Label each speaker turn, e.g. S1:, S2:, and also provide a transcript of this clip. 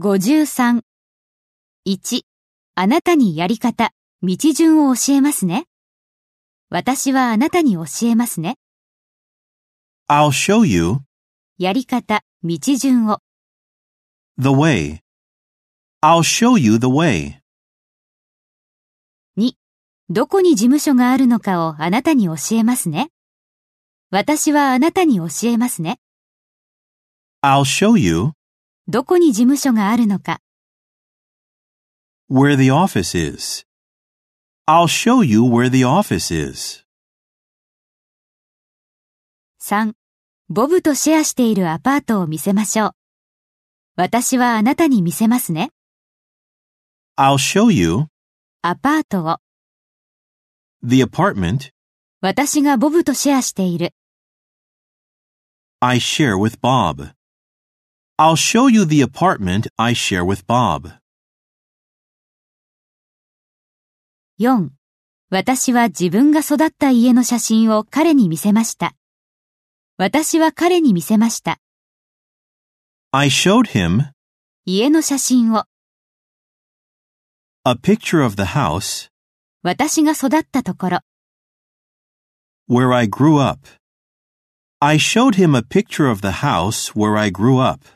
S1: 53.1. あなたにやり方、道順を教えますね。私はあなたに教えますね。
S2: I'll show you
S1: やり方、道順を。
S2: the way. I'll show you the way.
S1: どこに事務所があるのかをあなたに教えますね。私はあなたに教えますね。
S2: I'll show you
S1: どこに事務所があるのか。
S2: where the office is. I'll show you where the office is.
S1: 3. ボブとシェアしているアパートを見せましょう。私はあなたに見せますね。
S2: I'll show you
S1: アパートを。
S2: the apartment
S1: 私がボブとシェアしている。
S2: I share with Bob. I'll show you the apartment I share with Bob.
S1: 4. 私は自分が育った家の写真を彼に見せました。私は彼に見せました。
S2: I showed him
S1: 家の写真を。
S2: a picture of the house
S1: 私が育ったところ。
S2: where I grew up. I showed him a picture of the house where I grew up.